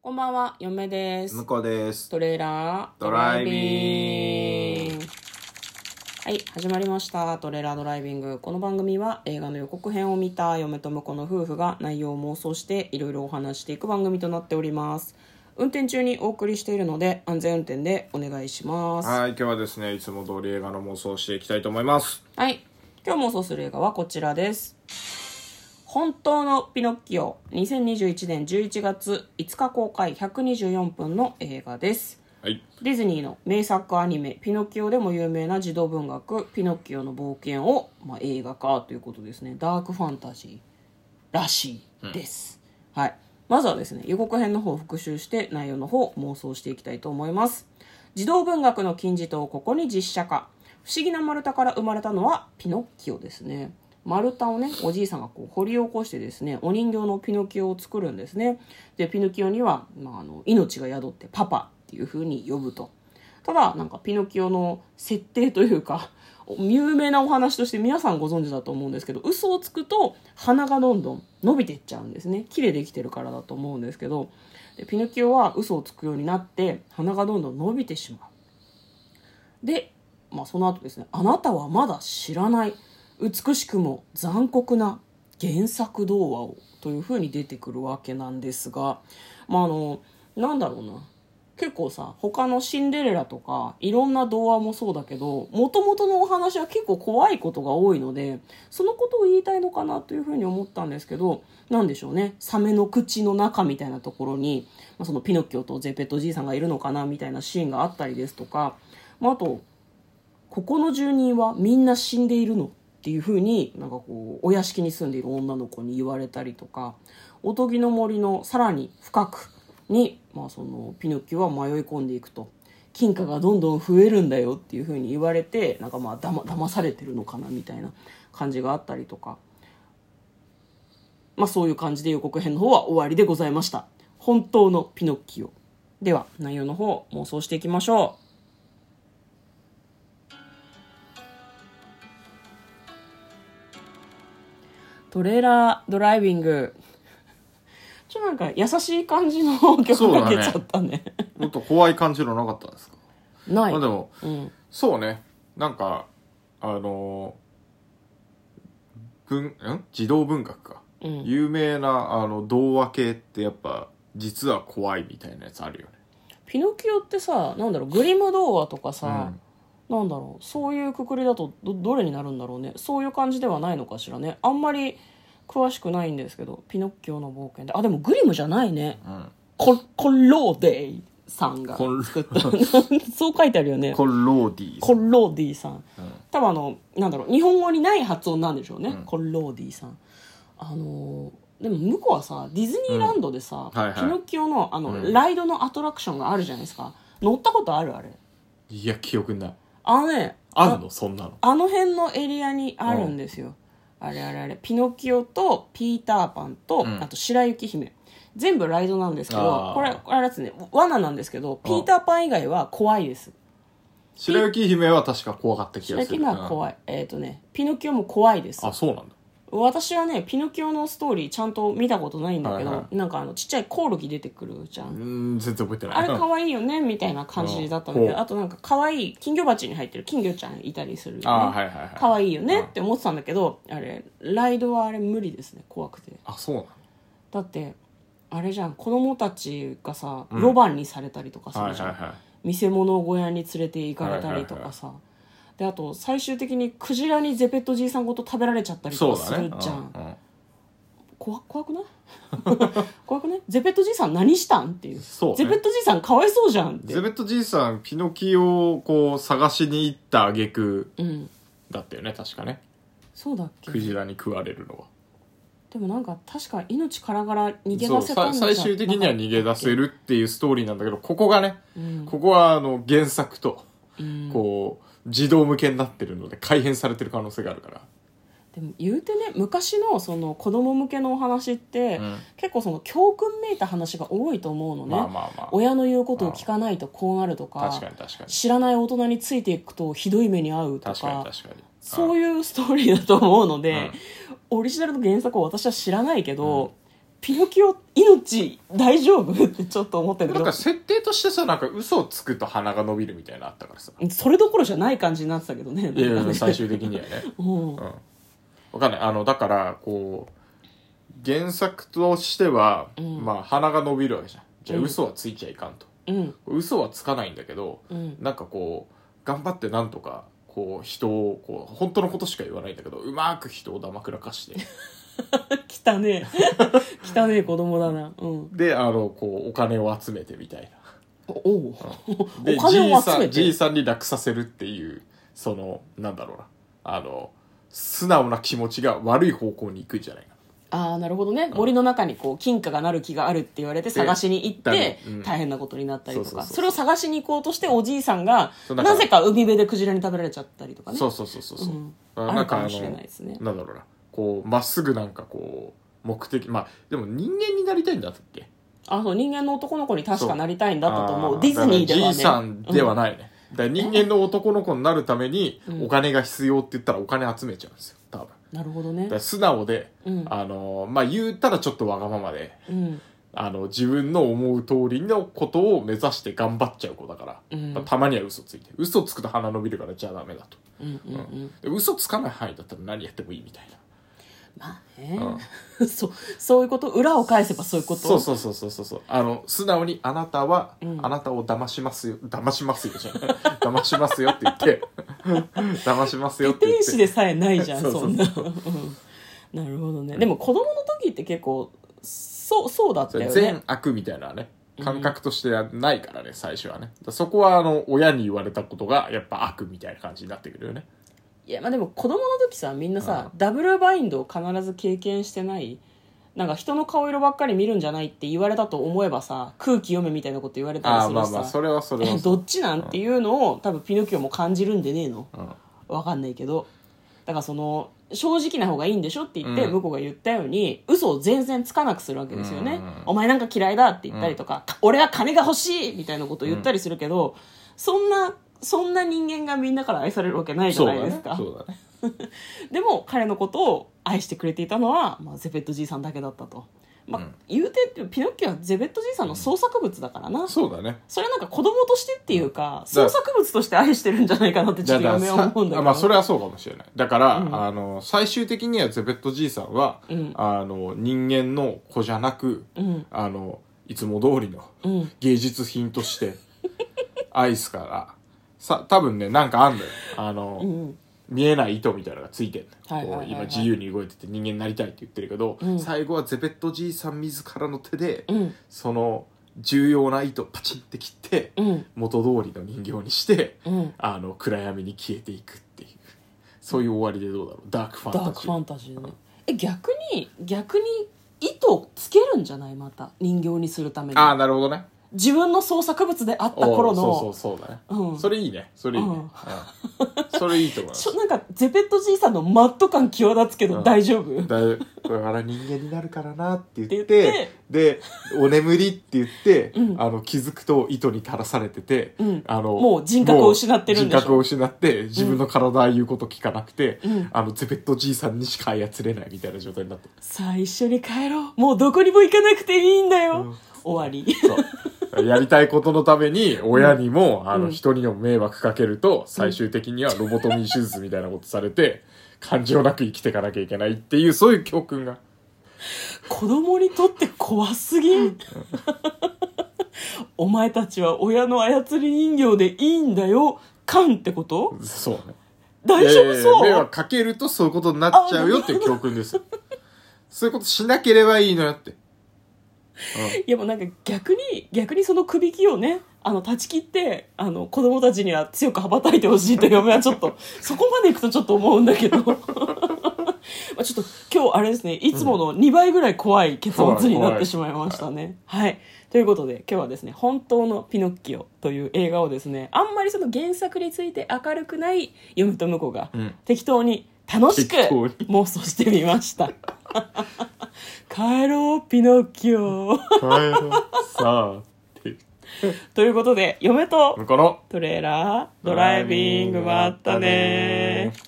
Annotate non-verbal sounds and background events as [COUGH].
こんばんは、嫁です。向こうです。トレーラードドライビングはい、始まりました。トレーラードライビング。この番組は映画の予告編を見た嫁と婿の夫婦が内容を妄想していろいろお話していく番組となっております。運転中にお送りしているので安全運転でお願いします。はい、今日はですね、いつも通り映画の妄想をしていきたいと思います。はい。今日妄想する映画はこちらです。本当のピノッキオ、2021年11月5日公開124分の映画です。はい。ディズニーの名作アニメ「ピノキオ」でも有名な児童文学「ピノキオの冒険を」まあ、映画化ということですねダークファンタジーらしいです、はいまずはですね予告編の方を復習して内容の方を妄想していきたいと思います児童文学の金字塔をここに実写化不思議な丸太から生まれたのはピノッキオですね丸太をねおじいさんがこう掘り起こしてですねお人形のピノキオを作るんですねでピノキオには、まあ、あの命が宿ってパパっていう風に呼ぶとただなんかピノキオの設定というか有名なお話として皆さんご存知だと思うんですけど嘘をつくと鼻がどんどん伸びてっちゃうんですね木でできてるからだと思うんですけどでピノキオは嘘をつくようになって鼻がどんどん伸びてしまうで、まあ、その後ですね「あなたはまだ知らない美しくも残酷な原作童話を」というふうに出てくるわけなんですが、まあ、あのなんだろうな結構さ他の「シンデレラ」とかいろんな童話もそうだけどもともとのお話は結構怖いことが多いのでそのことを言いたいのかなというふうに思ったんですけど何でしょうねサメの口の中みたいなところに、まあ、そのピノッキオとゼペットじいさんがいるのかなみたいなシーンがあったりですとか、まあ、あとここの住人はみんな死んでいるのっていうふうになんかこうお屋敷に住んでいる女の子に言われたりとかおとぎの森のさらに深くに、まあ、そのピノッキオは迷い込んでいくと金貨がどんどん増えるんだよっていうふうに言われてなんかまあだま騙されてるのかなみたいな感じがあったりとかまあそういう感じで予告編の方は終わりでございました本当のピノッキオでは内容の方妄想していきましょうトレーラードライビング [LAUGHS] ちょっとなんか優しい感じのそう曲だかねけちゃったねもっと怖い感じのなかったですか、 [LAUGHS] ない、まあでも、うん、そうね、なんか、あのー文、ん児童文学か。うん有名な、あの、童話系ってやっぱ、実は怖いみたいなやつあるよね。ピノキオってさなんだろうグリム童話とかさ、なんだろうそういうくくりだとどどれになるんだろうねそういう感じではないのかしらねあんまり詳しくないんですけど「ピノッキオの冒険で」あでもグリムじゃないねうん。うん。ココンローデイさんがコン作った [LAUGHS] そう書いてあるよねコローディーコさん。ンローディさんうん多分あのなんだろう日本語にない発音なんでしょうね、うんコンローディさんあのーでも向こうはさディズニーランドでさ、うんはいはいピノッキオのあの、うんライドのアトラクションがあるじゃないですか乗ったことあるあれいや、記憶にない。あのねあんのそんなの。あの辺のエリアにあるんですよ、あれあれあれピノキオとピーターパンと、うんあと白雪姫全部ライドなんですけどあーこれこれあれですね罠なんですけどピーターパン以外は怖いです白雪姫は確か怖かった気白が雪する。姫は怖い。い、えっ、とねピノキオも怖いですあ、そうなんだ。私はねピノキオのストーリーちゃんと見たことないんだけど、はいはなんかあのちっちゃいコオロギ出てくるじゃん、うーん、全然覚えてない。あれ可愛いよねみたいな感じだったんだけうどんあとなんか可愛い金魚鉢に入ってる金魚ちゃんいたりするよね [LAUGHS] あーはいはいはい。可愛いよねって思ってたんだけどあれライドはあれ無理ですね怖くてあ、そうなのだってあれじゃん子供たちがさロバンにされたりとかすはるいじゃん、はいはい。見せ物小屋に連れて行かれたりとかさ、であと最終的にクジラにゼペットじいさんごと食べられちゃったりとそかうすだねる。じゃん、うんうん怖怖くない [LAUGHS] 怖くないゼペットじいさん何したんっていうそうねゼペットじいさんかわいそうじゃんってゼベットじいさん、ピノキオをこう探しに行った挙句うんだったよね、確かね。そうだっけクジラに食われるのは。でもなんか確か命からがら逃げそう出せたさんじゃ最終的には逃げ出せる、るっていうストーリーなんだけど、ここがね、うんここはあの原作と、うんこう、児童向けになってるので改変されてる可能性があるから。でも言うてね昔のその子供向けのお話って、うん結構その教訓めいた話が多いと思うのね、まあまあまあ。親の言うことを聞かないとこうなるとか確かに確かに。知らない大人についていくとひどい目に遭うと確かに確かに。そうういうストーリーだと思うのでん、オリジナルの原作を私は知らないけど、ピノキオ命大丈夫ってちょっと思ったけなんどか設定としてさなんか嘘をつくと鼻が伸びるみたいなのあったからさそれどころじゃない感じになってたけどねいやいや最終的には [LAUGHS] ねうんうんわかんないあのだからこう原作としては、んまあ鼻が伸びるわけじゃんじゃあうん嘘はついちゃいかんと、うん嘘はつかないんだけどうんなんかこう頑張ってなんとかこう人をこう本当のことしか言わないんだけどうまく人をだまくら [LAUGHS] かして汚ねえ [LAUGHS] 汚ねえ子供だなうんであのこうお金を集めてみたいお [LAUGHS] おうなおで金を集めじていさんじいさんに楽させるっていうそのなんだろうなあの素直な気持ちが悪い方向に行くんじゃないかなああなるほどね森の中にこう金貨がなる木があるって言われて探しに行っだてねうん大変なことになったりとそうそうかそうそれを探しに行こうとしておじいさんがそうだからなぜか海辺でクジラに食べられちゃったりとかねそうそうそうそうそう、うんああなるんかかあものしれないですねなんだろうなこうまっすぐなんかこう目的まあでも人間になりたいんだったっけあそう人間の男の子に確かなりたいんだったと思あうーディズニーではねじいさんではないね、だから人間の男の子になるためにうんお金が必要って言ったらお金集めちゃうんですよ多分うんなるほどだねから素直で、うんあのまあ言ったらちょっとわがままでうんあの自分の思う通りのことを目指して頑張っちゃう子だから、うんまあたまには嘘ついて嘘つくと鼻伸びるからじゃあダメだと、うんうんうんで嘘つかない範囲だったら何やってもいいみたいなまあねそうそういうこと裏を返せばそういうことそうそうそうそうそうそうあの素直にあなたは、うんあなたを騙しますよ騙しますよじゃない [LAUGHS] 騙しますよって言って [LAUGHS] 騙しますよって言天っ使てでさえないじゃんそうそうそんなうんなるほどねでも子供の時って結構そうそうだっそたれよね善悪みたいなね感覚としてはないからね、最初はねだからそこはあの親に言われたことがやっぱ悪みたいな感じになってくるよねいやまあでも子供の時さみんなさダブルバインドを必ず経験してないなんか人の顔色ばっかり見るんじゃないって言われたと思えばさ空気読めみたいなこと言われたりああするましあさ、まあそれはそれはえどっちなんっていうのを多分ピノキオも感じるんでねえのうんわかんないけどだからその正直な方がいいんでしょって言って、うん向こうが言ったように嘘を全然つかなくするわけですよね、うんお前なんか嫌いだって言ったりとか、俺は金が欲しいみたいなことを言ったりするけど、そんなそんな人間がみんなから愛されるわけないじそゃうなだいでねすか、そうだねでも彼のことを愛してくれていたのは、まあ、ゼベットじいさんだけだったと、まあうん言うてピノッキオはゼベットじいさんの創作物だからな、そうだねそれはなんか子供としてっていうか、だか創ら作物として愛してるんじゃないかなってちょっとだか嫁らは思うんだけさど。あまあそれはそうかもしれないだから、うんあの最終的にはゼベットじいさんは、うんあの人間の子じゃなくうん。あのいつも通りのうん。芸術品としてアイスからさ多分ねなんかあんのよあの、うん。見えない糸みたいなのがついてんのよはいはいはいはいこう今自由に動いてて人間になりたいって言ってるけど、うん最後はゼベットじいさん自らの手で、うん。その重要な糸をパチンって切って、うん。元通りの人形にして、うん。あの暗闇に消えていくっていうそういう終わりでどうだろうダークファダンークタジーファンタジーね。え、逆に、逆に、糸をつけるんじゃないまた。人形にするために。ああなるほどね自分の創作物であったおう頃の、そうそうそうだね、うんそれいいねそれいいね、うんうんそれいいと思いまちすょ、なんか、ゼペットじいさんのマット感際立つけうどん大丈夫、だいだから人間になるからなって言ってって言ってで「お眠り」って言って、うんあの気づくと糸に垂らされてて、うんあのもう人格を失ってるんでしょもう人格を失って自分の体は言うこと聞かなくて、うんあのゼペットじいさんにしか操れないみたいな状態になってさあ、一緒に帰ろう。もうどこにも行かなくていいんだよ。うん終わり。そう。 [LAUGHS] やりたいことのために、親にも、あうんの、人にも迷惑かけると、最終的にはロボトミー手術みたいなことされて、感情なく生きていかなきゃいけないっていう、そういう教訓が。子供にとって怖すぎんお前たちは親の操り人形でいいんだよカンってことそうね。大丈いやい夫やそう、迷惑かけるとそういうことになっちゃうよっていう教訓ですよ。そういうことしなければいいのよって。うんいやもうなんか逆に逆にその首きをねあの断ち切ってあの子供たちには強く羽ばたいてほしいと嫁はちょ [LAUGHS] っとそこまでいくとちょっと思うんだけど [LAUGHS] まあちょっと今日あれですねいつもの2倍ぐらい怖い結末になってしまいましたね。はい、ということで今日はですね「本当のピノッキオ」という映画をですねあんまりその原作について明るくない嫁と婿がうん適当に楽しく適当に妄想してみました。 [LAUGHS] 帰ろうピノッキオ帰ろうさあ、って。ということで嫁とこの、トレーラードライビングまったねー。